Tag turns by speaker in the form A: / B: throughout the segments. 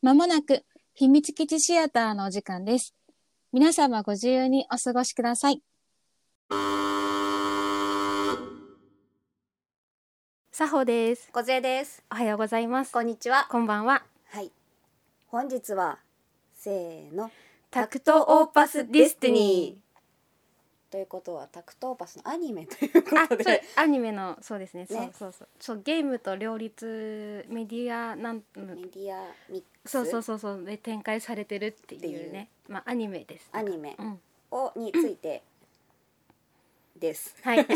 A: まもなく秘密基地シアターのお時間です。皆様ご自由にお過ごしください。
B: 佐保です。
C: 小杖です。
B: おはようございます。
C: こんにちは。
B: こんばんは。
C: はい。本日はせーの。
B: タクトオーパスディスティニ
C: ー。ということはタクトーパスのアニメというこ
B: ー。あ、そ
C: と
B: う
C: で。
B: アニメのそうですね。そう
C: ね
B: そうそう。そうゲームと両立メディアなん
C: メディアミックス。
B: そうそうそうそうで展開されてるっていう
C: っ
B: ね。まあアニメです。
C: アニメ
B: うん。
C: をについてです。
B: はい。
C: ゲ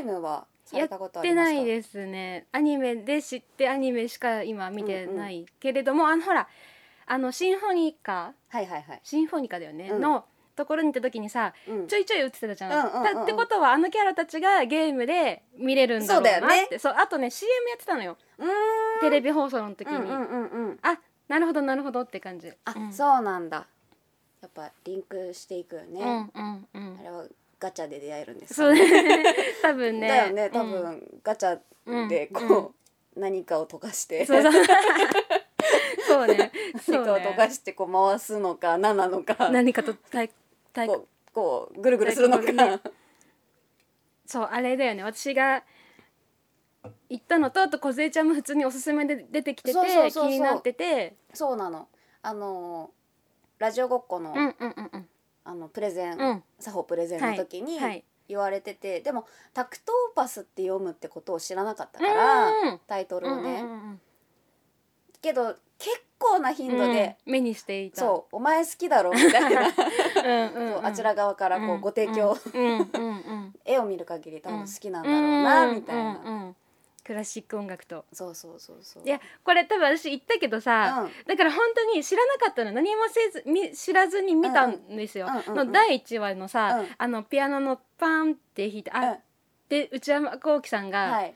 C: ームはさ
B: や
C: れたこ
B: っ
C: とあ
B: て
C: ります
B: な
C: か。
B: いですねアニメで知ってアニメしか今見てないけれども、あのほらあのシンフォニカ
C: はいはいはい。
B: シンフォニカだよね、
C: うん
B: のところに行った時にさ
C: うん
B: ちょいちょい映ってたじゃん,、
C: うんうんうんうん
B: だってことはあのキャラたちがゲームで見れるんだろうなって
C: そうだよ
B: そうあとね CM やってたのよ
C: うーん。
B: テレビ放送の時に、
C: うんうんうんうん。
B: あなるほどなるほどって感じ
C: あ、
B: うん
C: そうなんだ。やっぱリンクしていくよ
B: う
C: ね。
B: んうんうん
C: あれはガチャで出会えるんですか
B: そうね多分ね
C: だよね
B: う
C: 多
B: ん
C: 分、ガチャでこう、何かを溶かして
B: そう そうそうね
C: 何か
B: そ
C: を
B: うね
C: 溶かしてこう回すのか何なのか
B: 何かと対対
C: こうこうぐるぐるするのか、
B: ねそうあれだよね私が行ったのとあと梢ちゃんも普通におすすめで出てきてて
C: そうそうそうそう
B: 気になってて
C: そうなのあのラジオごっこの,、
B: うんうんうんうん
C: あのプレゼン、
B: うん
C: 作法プレゼンの時に
B: はい
C: 言われてて、でもタクトーパスって読むってことを知らなかったから、
B: うん
C: タイトル
B: う
C: を
B: んう
C: ね、
B: んうん
C: けど結構な頻度で、
B: うん目にしていた
C: そうお前好きだろみたいな
B: うんうんうん
C: そうあちら側からこうご提供、
B: うんうんうんうん
C: 絵を見る限り多分好きなんだろう
B: う
C: な、
B: ん
C: みたいな、
B: うんうんクラシック音楽と
C: そうそうそうそう
B: いやこれ多分私言ったけどさ
C: うん
B: だから本当に知らなかったの何もせずみ知らずに見たんですよ
C: うんうんうんうん
B: の第1話のさ
C: うん
B: あのピアノのパンって弾いて
C: う
B: あ
C: ん
B: で内山昂輝さんが
C: はい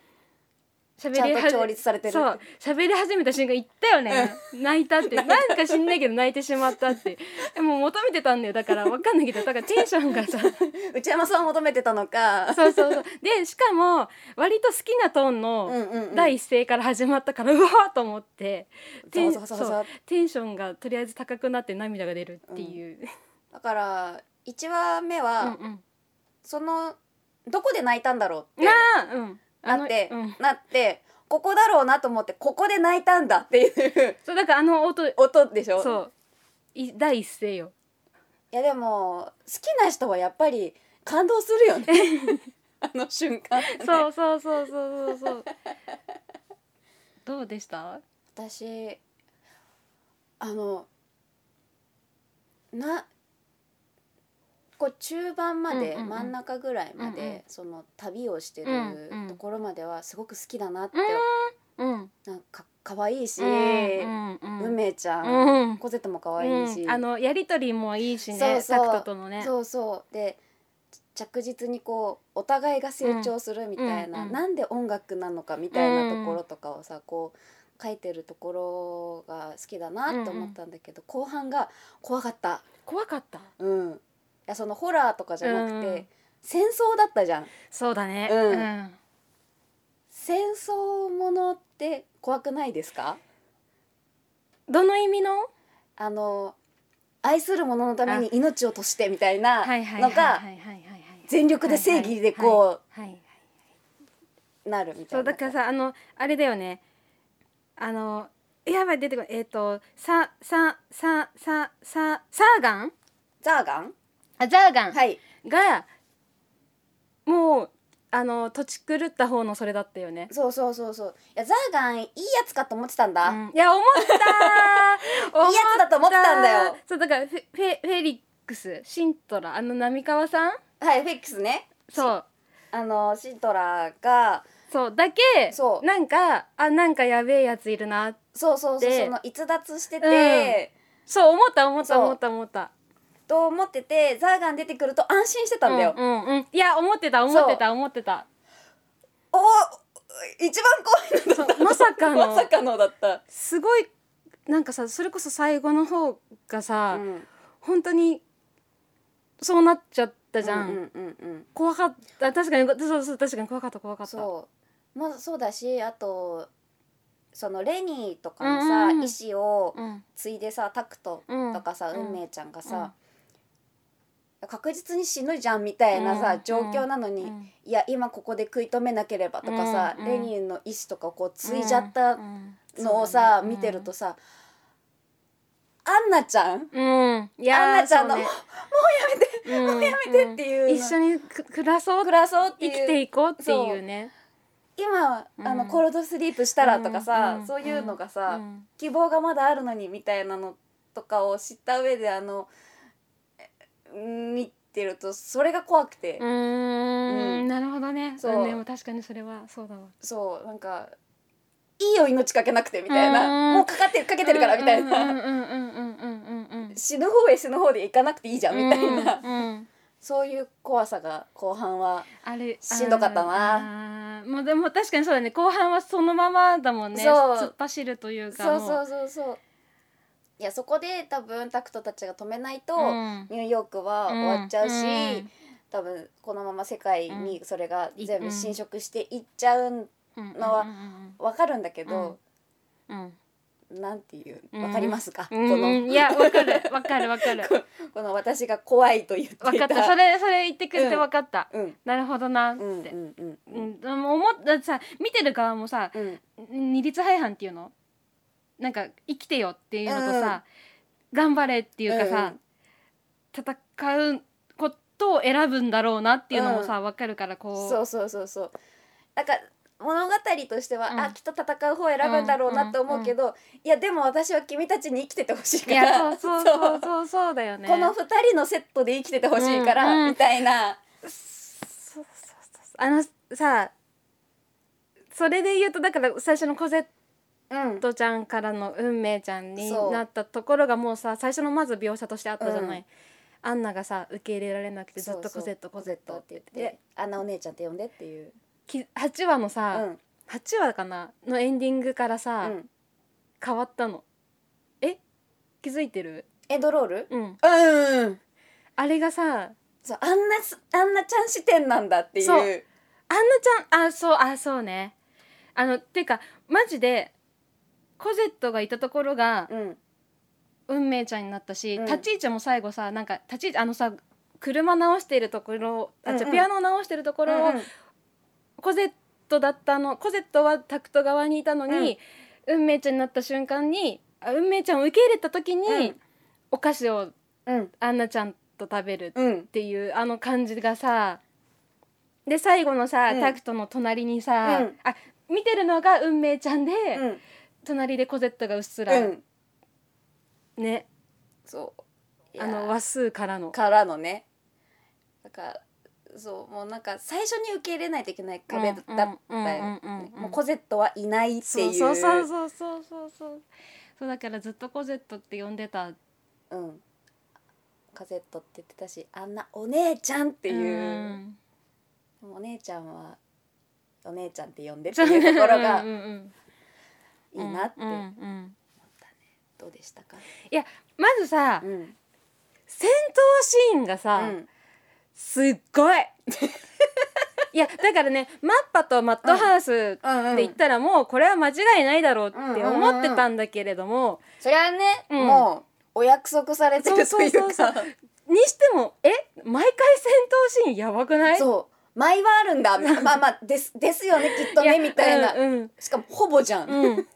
C: ち
B: 喋
C: ゃ
B: り
C: んと
B: 始
C: 調律されてる
B: そう喋り始めた瞬間言ったよね泣いた ってなんか知んないけど泣いてしまったってでも求めてたんだよだからわかんないけどだからテンション がさ
C: 内山さんを求めてたのか
B: そうそうそうでしかも割と好きなトーン
C: う
B: の
C: んうんうん
B: 第一声から始まったからうわーと思ってテン
C: ざわざわざわざわ
B: そうテンションがとりあえず高くなって涙が出るっていう、
C: だから1話目
B: うん、
C: は、
B: うん
C: そのどこで泣いたんだろうって
B: なあうんあ
C: な
B: の
C: って、
B: うん、
C: なってここだろうなと思ってここで泣いたんだっていう
B: そうだからあの音
C: 音でしょ
B: そうい第一声よ
C: いやでも好きな人はやっぱり感動する よねあの瞬間
B: そうそうそうそうそう そう。どうでした？
C: 私あのなこう中盤ま
B: う
C: で、
B: んうんうん
C: 真ん中ぐらいまで、
B: うんうん
C: その旅をしてる
B: うんうん
C: ところまではすごく好きだなって、
B: うん。
C: なんかかわいいし、
B: うんうんうん。
C: 梅ちゃん、
B: うん。
C: コゼットもかわいいし、
B: うんあのやりとりもいいしね、
C: そうそう
B: タクトとのね。
C: そうそうで着実にこうお互いが成長するみたいな、
B: うんうん
C: なんで音楽なのかみたいなところとかをさ、こう書いてるところが好きだなって思ったんだけど、後半が怖かった、
B: 怖かった。
C: うん、いやそのホラーとかじゃなくて、
B: うん
C: 戦争だったじゃん
B: そうだね。
C: うん
B: うん。
C: 戦争ものって怖くないですか
B: どの意味の？
C: あの愛する者のために命を賭してみたいな
B: はいはいは
C: の
B: いはい
C: が
B: はいはいはい。
C: 全力で正義でこ
B: う。はいはい。
C: うなるみた
B: そ
C: いう
B: だ
C: な
B: からさあのあれだよね。あのやばい出てこないえっ、とさささささサーガン？
C: ザーガン
B: あザーガン。
C: はい
B: がもうあの土地狂った方のそれだったよね。
C: そうそうそうそういやザーガンいいやつかと思ってたんだ、
B: う
C: いい
B: んいや思ったー 思
C: やつだと思ってたんだよ
B: そうだからフェフェフェリックスシントラあの浪川さん
C: はいフェックスね
B: そう
C: あのシントラーが
B: そうだけ
C: そう
B: なんかあなんかやべえやついるな
C: そうそうそう
B: で
C: その逸脱してて、
B: そう思った思った
C: そう
B: 思った思った
C: と思っててザーガン出てくると安心してたんだよ、
B: うんうんうんいや思ってた思ってた思ってた
C: おー一番怖いのだった
B: そうまさかの
C: まさかのだった、
B: すごいなんかさそれこそ最後の方がさ、
C: うん
B: 本当にそうなっちゃったじゃん、
C: うんうんうんうん
B: 怖かった確かにそうそう確かに怖かった怖かった
C: そうまあそうだしあとそのレニーとかのさ、
B: うんうん
C: 意思を
B: うん
C: 継いでさタクト
B: うん
C: とかさ、
B: うん
C: 運命ちゃんがさ、確実に死ぬじゃんみたいなさ、
B: うん
C: 状況なのに、
B: うん
C: いや今ここで食い止めなければとかさ、
B: うんうん
C: レニーの意思とかをこう継いじゃった
B: うん
C: のをさ、
B: そうだね
C: 見てるとさ、アンナちゃん
B: うんい
C: アンナちゃんの
B: そうねうんもう
C: やめてっていうの、
B: 一緒にく暮らそう
C: 暮らそうってい
B: 生
C: う
B: きていこうっていうね
C: 今あの、
B: うん
C: コールドスリープしたらとかさ、
B: うん
C: そういうのがさ、
B: うん
C: 希望がまだあるのにみたいなのとかを知った上であのえ見てるとそれが怖くて、
B: うー
C: うん
B: んなるほどね
C: そう
B: うんでも確かにそれはそうだわ
C: そうなんか「いいよ命かけなくて」みたいな、
B: うん
C: もうかかってるかけてるからみたいな、
B: うんうんうんうんうんうんうんうん
C: 死ぬ方へ死ぬ方で行かなくていいじゃんみたいな、
B: うんうん
C: そういう怖さが後半は、
B: あれ
C: しんどかった
B: なもうでも確かにそうだね後半はそのままだもんね
C: そう
B: 突っ走るというか
C: そう
B: も
C: そうそうそういやそこで多分タクトたちが止めないと、
B: うん
C: ニューヨークは終わっちゃうし、
B: うん
C: 多分このまま世界にそれが全
B: う
C: 部
B: ん
C: 侵食していっちゃう
B: うん
C: のは
B: うん
C: わかるんだけど、
B: うん
C: なんていう
B: うん
C: わかりますか、
B: うん
C: こ
B: う
C: の
B: んいやわかるわかるわかる
C: この私が怖いと言っていた
B: わかったそれそれ言ってくれてわかった
C: うん
B: なるほどなっ
C: うんう
B: て
C: んうんう
B: うんんでも思ったさ見てる側もさ
C: うん
B: 二律背反っていうのなんか生きてよっていうのとさ頑張れっていうかさ、戦うことを選ぶんだろうなっていうのもさ、わかるからこう
C: そうそうそうそうなんか物語としては、
B: うん
C: あきっと戦う方を選ぶんだろうなって思うけど、いやでも私は君たちに生きててほしい
B: い
C: から
B: やそうそうそう
C: そ
B: うそうそうだよね
C: この二人のセットで生きててほしいから、
B: うんうん
C: みたいな
B: そうそうそうあのさそれで言うとだから最初のコゼッ
C: うん
B: トちゃんからの運命ちゃんに
C: そう
B: なったところがもうさ最初のまず描写としてあったじゃない、
C: うん
B: アンナがさ受け入れられなくてずっ
C: そ
B: と
C: うそ
B: コ
C: う
B: ゼットコゼットって言って
C: でアンナお姉ちゃんって呼んでっていう、
B: き8話の
C: う
B: さ、
C: ん
B: 八8話かなのエンディングからさ、
C: うん
B: 変わったのえ気づいてる
C: エンドロール
B: うん
C: うん
B: あれがさ
C: そうあんなすあんなちゃん視点なんだっていう
B: そうあんなちゃんあそうあそうねあのてかマジでコゼットがいたところが
C: うん
B: 運命ちゃんになったし、
C: うん
B: 立ち位置も最後さなんか立ち位置あのさ車直してるところあじ
C: うん
B: ゃ
C: うん
B: ピアノ直してるとこ
C: こ
B: ろを、コゼットだったのコゼットはタクト側にいたのに、運命ちゃんになった瞬間にあ運命ちゃんを受け入れた時に、
C: うん
B: お菓子を
C: うん
B: アンナちゃんと食べるっ
C: うん
B: ていうあの感じがさで最後のさ、
C: うん
B: タクトの隣にさ、
C: うん
B: あ見てるのが運命ちゃんで、
C: うん
B: 隣でコゼットがうっすら、
C: うん
B: ね
C: そういや
B: あの話数からの。
C: からのねだからそうもうなんか最初に受け入れないといけない壁だったよね
B: うんうんうんうんうん
C: もうコゼットはいないって
B: そ
C: いうう
B: そうそうそうそうそうそうそうだからずっとコゼットって呼んでたっ
C: うんカゼットって言ってたしあんなお姉ちゃんって
B: て
C: いう、
B: ん
C: でもお姉ちゃんはお姉ちゃんって呼んで っていうところが
B: うんうんうん
C: いいなって
B: うんうん
C: どうでしたか、
B: まずさ、
C: うん
B: 戦闘シーンがさ、
C: うん
B: すっごい いやだからねマッパとマットハウスって言ったらもうこれは間違いないだろうって思ってたんだけれども、
C: それはね、
B: うん
C: もうお約束されてると
B: そう
C: いうか
B: そうそうにしてもえ毎回戦闘シーンやばくない
C: そう舞はあるんだまあまあですですよねきっとね
B: や
C: みたいな、
B: うん
C: しかもほぼじゃん、
B: うんうん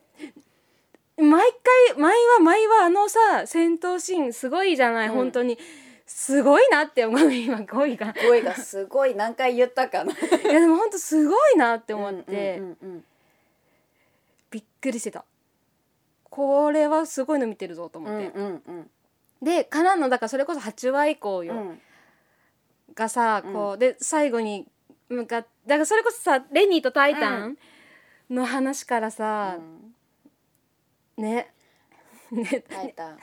B: 毎回毎は毎はあのさ戦闘シーンすごいじゃない、
C: うん
B: 本当にすごいなって思う今語彙が
C: 語彙がすごい何回言ったかな
B: いやでも本当すごいなって思って、
C: うんうんうん
B: びっくりしてたこれはすごいの見てるぞと思
C: う
B: っ
C: ん
B: て、
C: うんうん
B: でからのだからそれこそ8話以降
C: う
B: よ、
C: ん
B: がさこうで最後に向かってだからそれこそさレニーとタイタンの話からさ、 ねね
C: タイタンん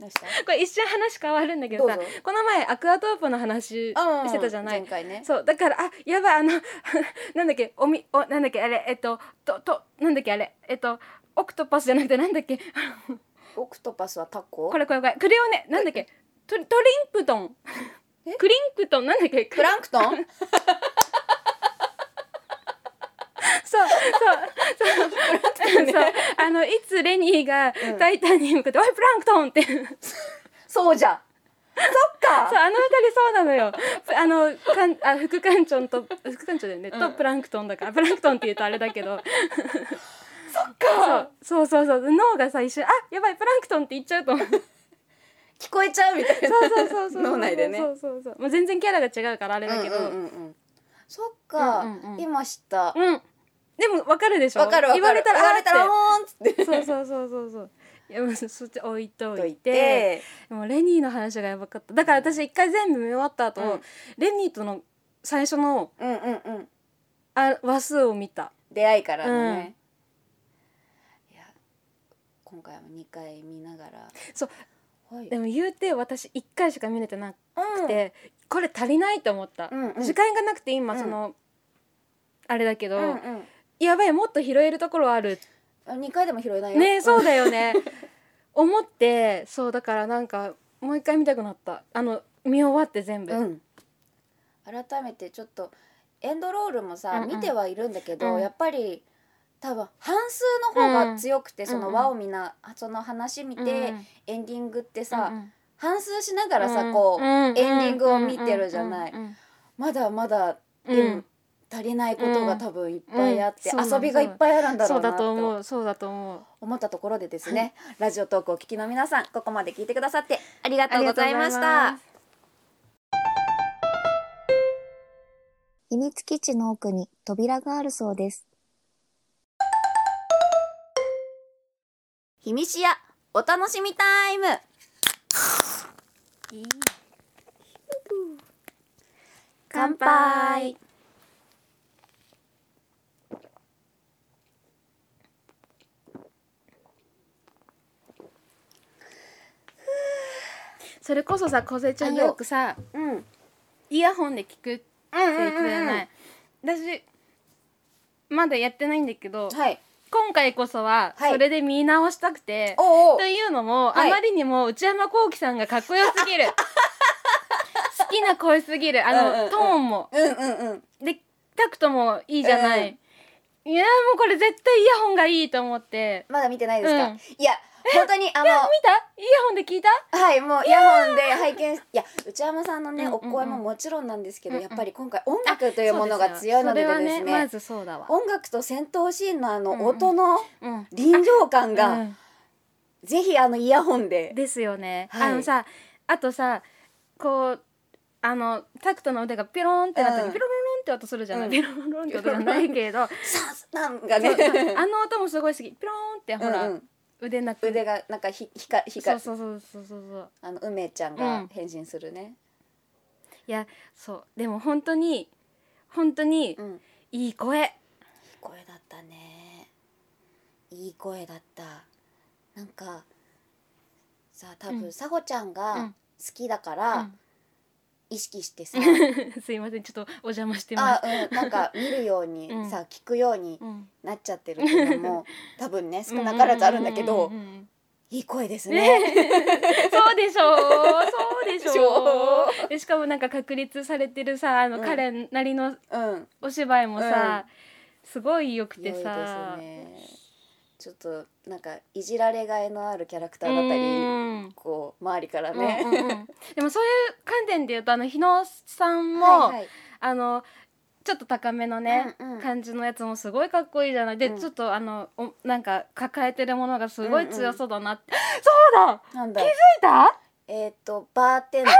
C: どうした
B: これ一瞬話変わるんだけどさ
C: どうぞ
B: この前アクアトープの話
C: うん
B: してたじゃない
C: 前、回ね
B: そうだからあやばいあの なんだっけおみおなんだっけあれえっとととなんだっけあれえっとオクトパスじゃなくてなんだっけ
C: オクトパスはタコ
B: これこれこれクレオネなんだっけトリトリンプトン
C: え
B: クリンクトンなんだっけ
C: プランクトン
B: そうそうそうそうあのいつレニーが
C: ん
B: タイタンに向かって「おいプランクトン!」ってそう
C: そうじゃんそっか
B: あの二人 そうなのよ あのかんあ副館長 と副館長だよね、
C: うん
B: とプランクトンだからプランクトンって言うとあれだけ ど
C: そっか
B: そうそうそうそう脳が最初あやばいプランクトンって言っちゃうと思う
C: 聞こえちゃうみたいな
B: そうそうそうそう
C: 脳内でね
B: そうそうそうもう全然キャラが違うからあれだけど、
C: うんうんうんうんそっか、
B: うんうんうん
C: 今知った
B: うん。でもわかるでしょ。
C: わかるわかる
B: 言われたら
C: 言われたら
B: あ
C: も
B: ー
C: ーんっつって
B: ってそうそうそうそうそう。いやもうそそっち置いと
C: と
B: い
C: い
B: て
C: て
B: でもレニーの話がやばかっただから私一回全部見終わった後、
C: うん
B: レニーとの最初の
C: うんうんうん
B: あ話数を見た
C: 出会いからのね、いや今回も2回見ながら
B: そう
C: はい
B: でも言うて私一回しか見れてなく
C: うん
B: て、これ足りないと思った、
C: うんうん
B: 時間がなくて今
C: うん
B: その、あれだけど、
C: うんうん
B: やばいもっと拾えるところある
C: 2回でも拾えないよ
B: ねそううだよね思ってそうだからなんかもう一回見たくなったあの見終わって全部、
C: ん、うん改めてちょっとエンドロールもさ、
B: うんうん
C: 見てはいるんだけど、
B: うん
C: やっぱり多分半数の方が強くて、
B: ん
C: その輪をみんな、その話見て、
B: うん
C: エンディングって
B: うん
C: さ、
B: うん
C: 半数しながらさ、こう、
B: エン
C: エンディングを見てるじゃないまだまだでも足りないことが多分いっぱいあって、
B: うんうん
C: 遊びがいっぱいあるんだろ
B: そう
C: う
B: だ
C: なと
B: と思うそうだと思う
C: 思ったところでですね、ラジオトークをお聞きの皆さんここまで聞いてくださってありがとうございました
D: 秘密基地の奥に扉があるそうです。
C: ひみしやお楽しみタイム乾杯
B: それこそさ小瀬ちゃんがよくさ
C: うんうん
B: イヤホンで聞くって
C: う
B: 言ってたじゃない、私まだやってないんだけど
C: はい
B: 今回こそは
C: はい
B: それで見直したくて、
C: おうおう
B: というのも、
C: はい
B: あまりにも内山聖輝さんがかっこよす ぎる好きな声すぎるあの、
C: うんうんうん
B: トーンも
C: うんうんうん
B: でタクトもいいじゃない、いやーもうこれ絶対イヤホンがいいと思って
C: まだ見てないですか、
B: うん
C: いや本当にあの
B: 見たイヤホンで聞いた
C: はいもうイヤホンで拝見いや内山さんのね、
B: うんうんうん
C: お声ももちろんなんですけど、
B: うんうん
C: やっぱり今回音楽というものが強いのでですね
B: それはねまずそうだわ
C: 音楽と戦闘シーンの
B: うん
C: あ
B: うん
C: の音の
B: うん
C: 臨場感が、
B: うん
C: ぜひあのイヤホンで、
B: ですよね、
C: はい
B: あのさあとさこうあのタクトの腕がピローンってなった
C: う
B: り
C: ん
B: ピロロロンって音するじゃない、
C: うん
B: ピロロロンって音じゃないけど
C: さあなんか
B: そうそう
C: ね
B: あの音もすごい好きピローンってほら、
C: うんうん
B: 腕なく
C: 腕がなんかひひかひか
B: そうそうそうそうそう
C: あの梅ちゃん
B: う
C: が
B: ん
C: 変身するね、
B: いやそうでも本当に本当に
C: うん、いい
B: いい声
C: 声だったねいい声だったなんかさあ多
B: う
C: 分
B: ん
C: さほちゃん
B: う
C: が
B: ん
C: 好きだから、
B: うん
C: 意識してさ
B: すいませんちょっとお邪魔してます
C: あ、うん、なんか見るように
B: うん
C: さ、聞くように
B: うん
C: なっちゃってるっていうのも多分ね少なからずあるんだけど
B: う、んうんうんうん
C: いい声ですね。
B: そうでしょうそうでし
C: でし
B: ょうでしかもなんか確立されてるさあの、
C: うん
B: 彼なりの
C: うん、
B: お芝居もさ、すごい良く
C: 良いで
B: て
C: す
B: さ
C: ね。ちょっとなんかいじられがいのあるキャラクターだったり、
B: うん
C: こう周りから
B: うんう
C: ね。
B: んうんでもそういう観点で言うとあの日野さんも、
C: はいはい
B: あのちょっと高めのね、
C: うんうん
B: 感じのやつもすごいかっこいいじゃないで、
C: うん
B: ちょっとあのおなんか抱えてるものがすごい強そうだなって、そうだ
C: なんだ。
B: 見た
C: えっ、とバーテンダー。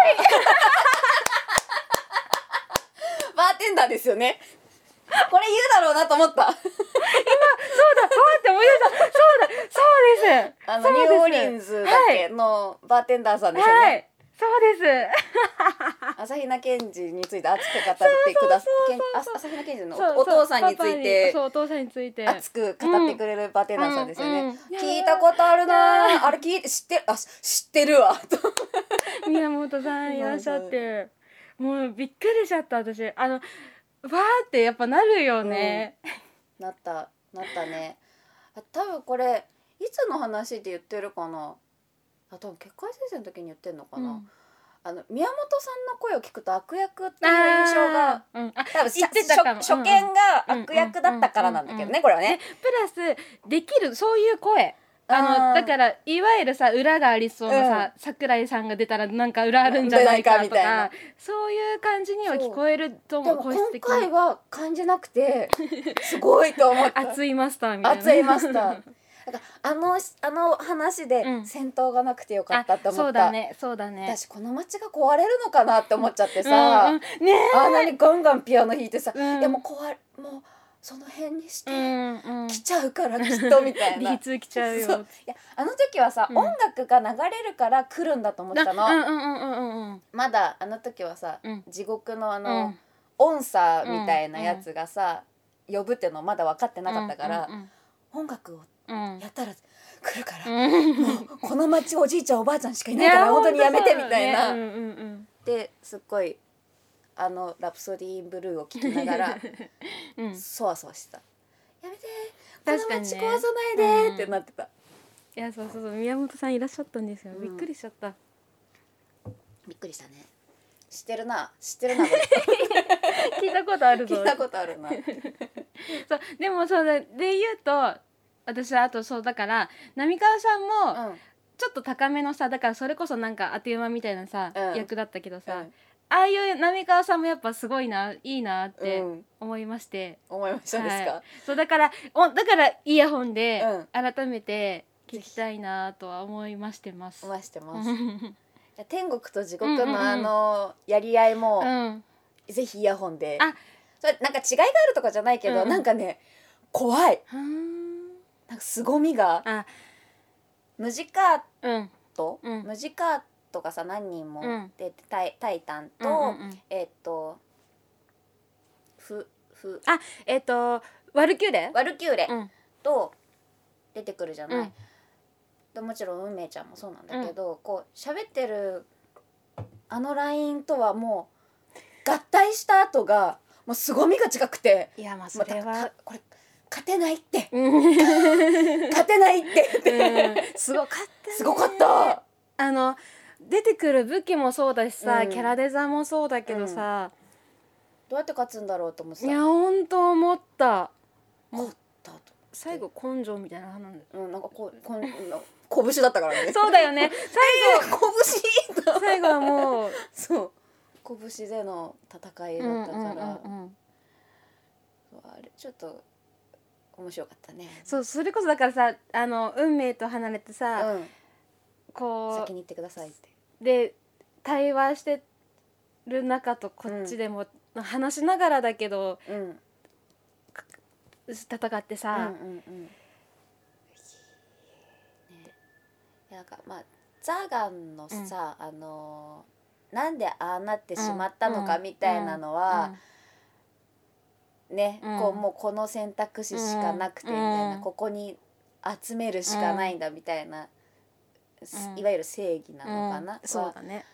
C: バーテンダーですよね。これ言うだろうなと思った。
B: そうだそうって思い出したそうだそうです
C: あのニ
B: そうです
C: ューオーリンズだっけのバーテンダーさんですよね。
B: はいそうです
C: 朝比奈賢治について熱く語ってくださけんあ朝比奈賢治のおお父さんについて
B: そうそうお父さんについて
C: 熱く語ってくれるバーテンダーさんですよね、
B: うんうん
C: 聞いたことあるなああれ聞いて知ってるあし知ってるわと
B: 宮本さんいらっしゃってもうびっくりしちゃった私あのわーってやっぱなるよね、
C: なったなったねあ多分これいつの話で言ってるかなあ多分結界先生の時に言ってんのかな、
B: うん
C: あの宮本さんの声を聞くと悪役っていう印象が
B: あー、うん、あ
C: 多分し
B: 言ってたかも
C: 初初見が悪役だったからなんだけどねこれはね。
B: プラスできるそういう声あのだからいわゆるさ裏がありそうなさ、桜井さんが出たらなんか裏あるんじゃないかとか
C: 出ないかみ
B: そういう感じには聞こえると
C: で
B: 思う
C: も
B: 個
C: 今
B: 室的
C: 回
B: に
C: は感じなくて すごいと思った
B: 熱いマスターみたいな
C: 熱いマスターなんかあのあの話で
B: うん
C: 戦闘がなくてよかったって
B: あ
C: 思
B: そう
C: っ
B: だ
C: た、
B: ねそうだね
C: 私この街が壊れるのかなって思っちゃってさ、
B: うんうん、ね
C: あんなにガンガンピアノ弾いてさ、
B: うん
C: いやもう壊れもうその辺にして、
B: うんうん
C: 来ちゃうからきっとみた いな。
B: D2 来ちゃうよ
C: そういやあの時はさ、
B: うん
C: 音楽が流れるから来るんだと思っ
B: な
C: てたの、
B: うんうんうんうんうん
C: まだあの時はさ、
B: うん
C: 地獄のあ
B: う
C: の、
B: ん
C: 音叉みたいなやつがさ、呼ぶってのまだ分かってなかったから、
B: うん
C: 音楽を
B: うんうん
C: やったら来るから、
B: うん
C: もうこの町おじいちゃんおばあちゃんしかいないから本当にやめてみたいな。
B: や本当そうだねうんうん
C: ですっごいあの「ラプソディー・イン・ブルー」を聴きながら
B: うんうん
C: そわそわしてた「やめてこの
B: 確かに
C: 町
B: ね
C: 壊さないで」ってなってた、
B: いやそうそうそう宮本さんいらっしゃったんですよ、
C: うん
B: びっくりしちゃった
C: びっくりしたね知ってるな知ってるな これ
B: 聞いたことあるぞ
C: 聞いたこと あるな
B: そうでもそうだで言うと私はあとそうだから浪川さんも
C: うん
B: ちょっと高めのさだからそれこそなんか当て馬みたいなさ、
C: うん
B: 役だったけどさ、
C: うん
B: ああいう浪川さんもやっぱすごいないいなっ
C: う
B: て
C: ん、
B: 思いまして、
C: 思いましたです
B: は
C: か、
B: そうだからおだからイヤホンで
C: うん
B: 改めて聞きたいなとは思いましてます。
C: 思わして
B: う
C: ますい
B: ん
C: や天国と地
B: うん
C: 獄
B: うんうん
C: のあのやり合いも、
B: うん
C: ぜひイヤホンで
B: あ
C: それなんか違いがあるとかじゃないけど、
B: うん
C: なんかね怖い
B: はー
C: なんか凄みが
B: あ
C: ムジカー
B: うん
C: ト、
B: うん
C: ムジカートがさ何人も
B: うん
C: 出て、タイタイタンと、
B: うんうんうん
C: えっとふふ
B: えっ、とワルキューレ
C: ワルキューレ
B: うん
C: と出てくるじゃない、
B: うん
C: でもちろん運命ちゃんもそうなんだけど、こう喋ってるあのラインとはもう合体した後がもう凄みが違くて
B: いやまあ
C: もう
B: それ
C: た
B: は
C: たこれ勝てないって
B: うん
C: 勝てないって
B: うんすごかったね
C: すごかった
B: あの出てくる武器もそうだしさ、
C: うん
B: キャラデザもそうだけどさ、
C: どうやって勝つんだろうと思って
B: い
C: さ
B: やほんと思った
C: 勝ったと、
B: 最後根性みたいなのなんだよ
C: うん、なんかこうこんな拳だったからね
B: そうだよ ね
C: 拳だ
B: 最後はもう
C: そう拳での戦いだったから、
B: うんうんうん
C: あれちょっと面白かったね
B: そうそれこそだからさあの運命と離れてさ、
C: うん、
B: こ
C: 先に行ってくださいって
B: うで対話してる中とこっちでも、話しながらだけど
C: うんうん
B: 戦って
C: うん
B: さ、
C: うんねなんかまあザガンのさ、あのーなんでああなってしまったのか
B: うん
C: みたいなのは、ね、
B: うん
C: こうもうこの選択肢しかなくてみたいな、
B: うん
C: ここに集めるしかないんだみたいな、す
B: うん
C: いわゆる正義な
B: うん
C: のかな、
B: うんそうだね、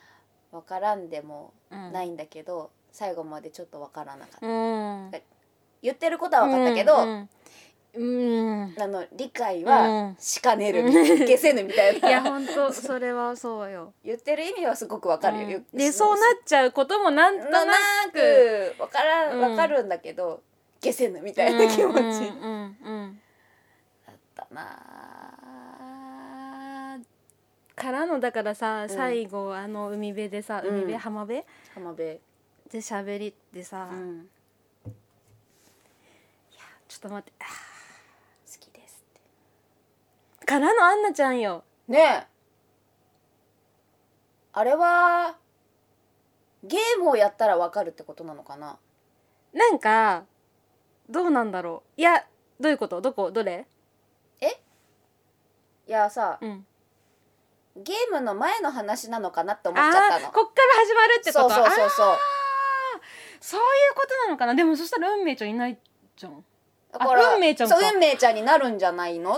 C: わ分からんでも
B: うん
C: ないんだけど、最後までちょっと分からなかった、
B: うん
C: 言ってることは分かったけど、
B: うんうんうん
C: あの理解は
B: うん
C: しかねる、
B: うん
C: 消せぬみたい
B: いや
C: な
B: 本当それはそうよ。
C: 言ってる意味はすごく分かるよ、
B: うんでそうなっちゃうこともなんとな
C: なな
B: く
C: く分から
B: うんん
C: 分かるんだけど、消せぬみたいな気持
B: うん
C: ち。
B: うんうん
C: だったなあ
B: からのだからさ
C: ん
B: 最後、あの海辺でさ
C: うん
B: 海辺浜辺
C: 浜辺、
B: で喋りってさ、
C: う
B: いや
C: ん、
B: ちょっと待ってあ
C: 好きですって
B: からのアンナちゃんよ
C: ねえあれはゲームをやったらわかるってことなのかな
B: なんかどうなんだろういやどういうことどこどれ
C: いやさ
B: うん
C: ゲームの前の話なのかなって思っちゃっ
B: あ
C: た
B: あ
C: の
B: こっから始まるってこと
C: そうそうそう
B: あ
C: そう
B: そういうことなのかなでもそしたら運命ちゃんいないじゃん
C: だ
B: あ
C: から
B: 運命ちゃん
C: そ
B: か
C: う運命ちゃんになるんじゃないのご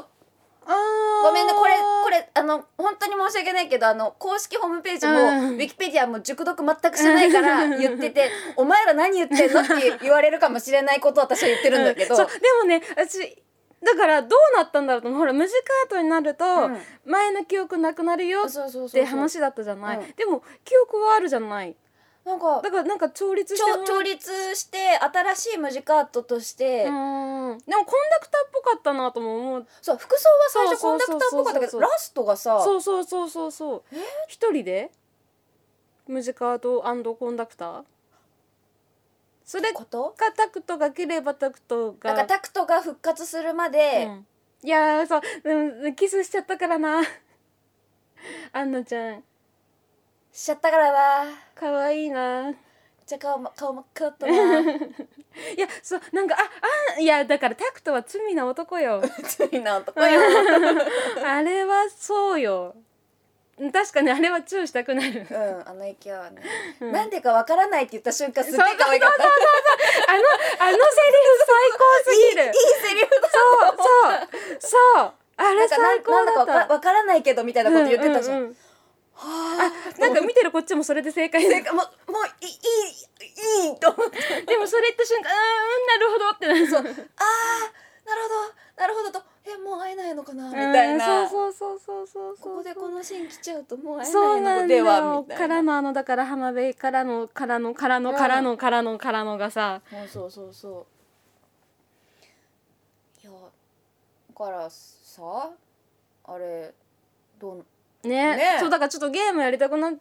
B: ご
C: めんねこれこれあの本当に申し訳ないけどあの公式ホームページも、
B: うん
C: ウィキペディアも熟読全くしてないから
B: うん
C: 言ってて「 お前ら何言ってんの?」って言われるかもしれないことを私は言ってるんだけど、
B: うそうでもね私だからどうなったんだろうと思うほらムジカートになると、
C: うん
B: 前の記憶なくなるよっ
C: そうそうそうそう
B: て話だったじゃない
C: うん
B: でも記憶はあるじゃない
C: なんか
B: だからなんか調律してもら
C: 調調律して新しいムジカートとして、
B: うんでもコンダクターっぽかったなとも思う
C: そう服装は最初
B: そ
C: コ
B: う
C: ン
B: そ
C: ダ
B: うそうそう
C: クターっぽかったけ
B: そ
C: ど
B: う
C: ラストがさ
B: そうそうそうそうそう一人でムジカートコンダクターそれか
C: こと
B: タクトが切ればタクトが
C: なんかタクトが復活するまで、
B: うんいやーそううんキスしちゃったからな アンナちゃん
C: しちゃったからなめっ
B: かわいいな
C: ちゃ顔も顔も変わったな
B: いやそうなんかああいやだからタクトは罪な男 よ
C: いいなとかよ、
B: あれはそうよ確かにあれはチューしたくなる
C: うん、あの勢いはね、
B: うん
C: なんでかわからないって言った瞬間すっげえ可愛かった
B: あのあのセリフ最高すぎる
C: いいセリフだ
B: そうそうそうあれ最高だ
C: なんかななんだ
B: った
C: かわかわからないけどみたいなこと言ってたじゃん,、
B: ううう
C: は
B: あなんか見てるこっちもそれで正解
C: あ
B: で
C: てかもうもういいいいいいと思って
B: でもそれ言った瞬間うーんなるほどってなるそう
C: あーなるほどなるほどとえもう会えないのかなみたいな
B: そうそうそうそうそうそう
C: ここでこのシーン来ちゃうともう会え
B: そうな
C: な
B: いん
C: の
B: だ
C: で
B: よ
C: はみた
B: か
C: い
B: ら
C: な
B: のあのだから浜辺からのからのからのからのからのからのがさ
C: もうそうそうそういやだからさあれど
B: ね
C: ね
B: そうだからちょっとゲームやりたくな
C: う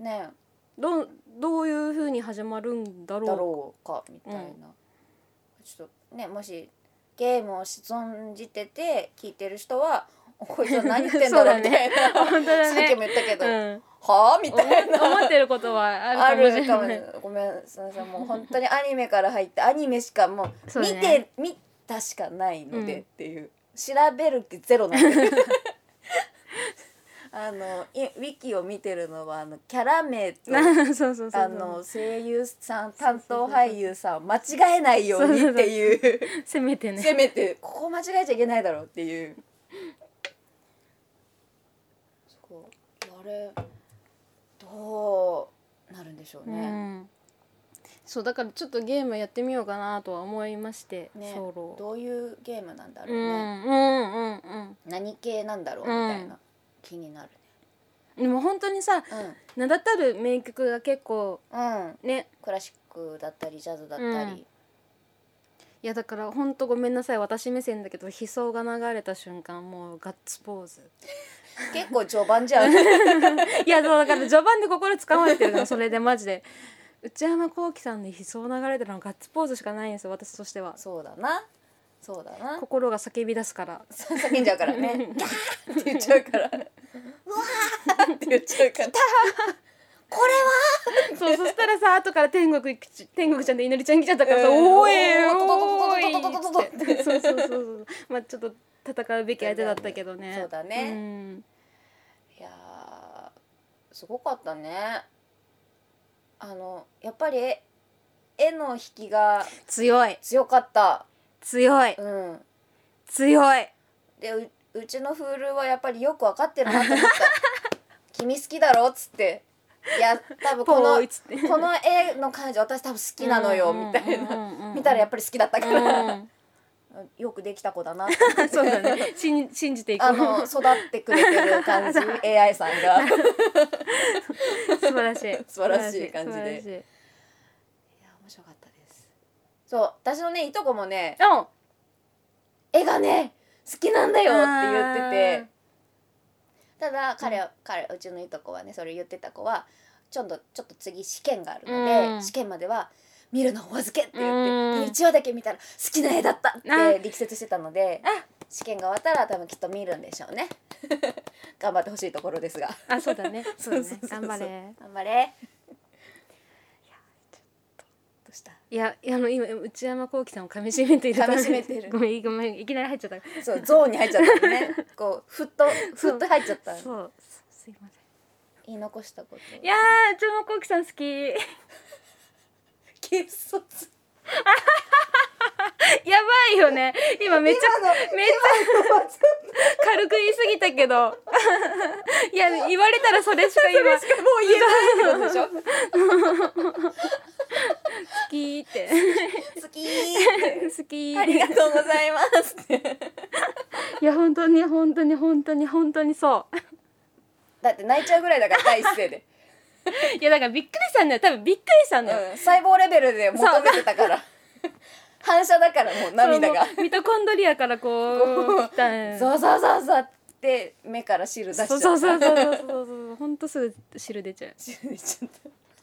C: ね
B: どうどういう風に始まるんだろう
C: だろうかみたいな、
B: うん
C: ちょっとねもしゲームを存じてて聞いてる人は「おこいつは何言ってんだろう」
B: そうだね
C: みたいな、
B: 本当だ
C: さっきも
B: ね
C: 言ったけど「
B: うん
C: はあ?」みたいな。
B: 思ってることは
C: あ
B: あるかもし
C: る
B: れ
C: かも
B: ない
C: ごめんなさいもう本当にアニメから入ってアニメしかもう
B: そう
C: 見
B: ね
C: て、見たしかないので
B: うん
C: っていう、調べる気ゼロなん であのいウィキを見てるのはあのキャラ名と
B: そうそうそうそう
C: あの声優さん担当俳優さん間違えないようにっていう
B: せめてね
C: せめてここ間違えちゃいけないだろうっていうそうあれどうなるんでしょ
B: う
C: うね、
B: んそうだからちょっとゲームやってみようかなとは思いまして、
C: ね
B: ソロ
C: どういうゲームなんだろ
B: う
C: うん
B: う
C: ね、
B: んうんうん
C: 何系なんだろうみ
B: うん
C: たいな気になる
B: でも本当にさ
C: ね
B: 名だたる名曲が結構
C: うん、うん、
B: ね
C: クラシックだったりジャズだったり、
B: いやだから本当ごめんなさい私目線だけど悲壮が流れた瞬間もうガッツポーズ
C: 結構序盤じゃ ん
B: いやそうだから序盤で心掴まれてるのそれでマジで内山聖輝さんで悲壮流れてるのガッツポーズしかないんですよ私としては
C: そうだなそうだな
B: 心が叫び出すから
C: 叫んじゃうからね「ギャー!」って言っちゃうから「うわー!」って言っちゃうから
B: そうそしたらさ後から天国行くち天国ちゃんで祈りちゃん来ちゃったからさ「
C: うん
B: おーえー
C: おー
B: おーえ
C: おーおーおーおーおーおーおー
B: ーってそうそうそうそうまあちょっと戦うべき相手だったけどね
C: そうだね
B: ん
C: いやーすごかったねあのやっぱり絵絵の引きが
B: 強い
C: 強かった
B: 強い
C: うん
B: 強い
C: でううちのフールはやっぱりよく分かってるなと思った「君好きだろ」っつって「いや多分
B: ポ
C: この
B: ーイっつって
C: この絵の感じ私多分好きなのよ」みたいな
B: な
C: 見たらやっぱり好きだったか
B: う
C: ら
B: ん
C: よくできた子だなって思って
B: そうだね信信じていこ
C: あ
B: う
C: の育ってくれてる 感じ AI さんがいや
B: 素晴らしい
C: 素晴らしい感
B: 素
C: じで
B: 晴らしい
C: 面白かったですそう私のねいとこもね
B: あ
C: 絵がね好きなんだよって言っててただ彼,、は彼うちのいとこはねそれ言ってた子はちょっとちょっと次試験があるので、
B: うん
C: 試験までは見るのお預けって言って、
B: うん
C: 1話だけ見たら好きな絵だったっ
B: あ
C: て力説してたので
B: あ
C: 試験が終わったら多分きっと見るんでしょうね 頑張ってほしいところですが
B: あそうだねそうだ
C: そ
B: ね
C: うそうそう
B: 頑張れ
C: 頑張れいやちょっとどうした
B: いやいやあの今内山聖輝さんを噛み締めている
C: 噛み締めて る
B: ごめんごめんいきなり入っちゃった
C: そうゾーンに入っちゃったのねこうふっとふっと入っちゃった
B: そうすすいませ
C: 言い残したこと
B: んいやー内山聖輝さん好き
C: 軽率
B: やばいよね今めっちゃ
C: 今の
B: めっちゃ軽く言いすぎたけどいや言われたらそれしか今
C: もう言えないってことでしょ
B: 好きって
C: 好きー
B: 好き
C: ありがとうございますって
B: いや本当に本当に本当に本当にそ
C: だって泣いちゃうぐらいだから第一声 で、
B: ういやだからびっくりしたんだよ多分びっくりしたんだよ、
C: うん、細胞レベルで求めてたから反射だからもう涙が
B: そのミトコンドリアからこ
C: こう
B: う来たん
C: ざわざわざわざわって目から汁出しちゃった
B: そうそうそうそうそうそうそう本当すぐ汁出ちゃう
C: 汁出ちゃ った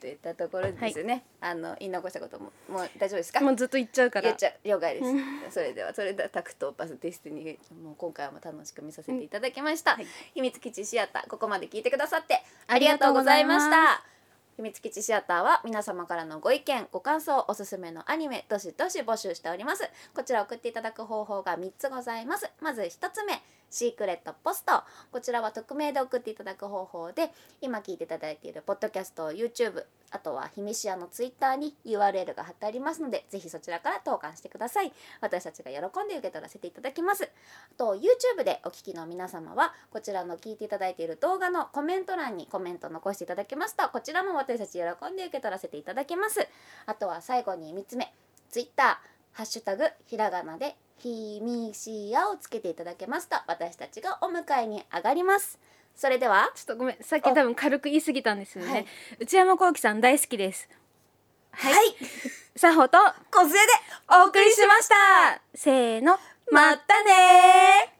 C: といったところですね、あの言い残したことももう大丈夫ですか
B: もうずっと言っちゃうから
C: 言っちゃう了解ですそれではそれではタクトパスディスティニーもう今回も楽しく見させていただきました、秘密基地シアターここまで聞いてくださってありがとうございまし
B: あり
C: た秘密基地シアターは皆様からのご意見ご感想おすすめのアニメどしどし募集しておりますこちら送っていただく方法が3つございますまず1つ目シークレットポストこちらは匿名で送っていただく方法で今聞いていただいているポッドキャスト YouTube あとはひみしやの Twitter に URL が貼ってありますのでぜひそちらから投函してください私たちが喜んで受け取らせていただきますあと YouTube でお聞きの皆様はこちらの聞いていただいている動画のコメント欄にコメントを残していただけますとこちらも私たち喜んで受け取らせていただきますあとは最後に3つ目 Twitter ハッシュタグひらがなでひみしやをつけていただけますと私たちがお迎えに上がりますそれでは
B: ちょっとごめんさっき多分軽く言い過ぎたんですよね、
C: はい
B: 内山幸輝さん大好きです
C: はい、
B: 佐穂と
C: 小杖で
B: お送りしましたせーの
C: またねー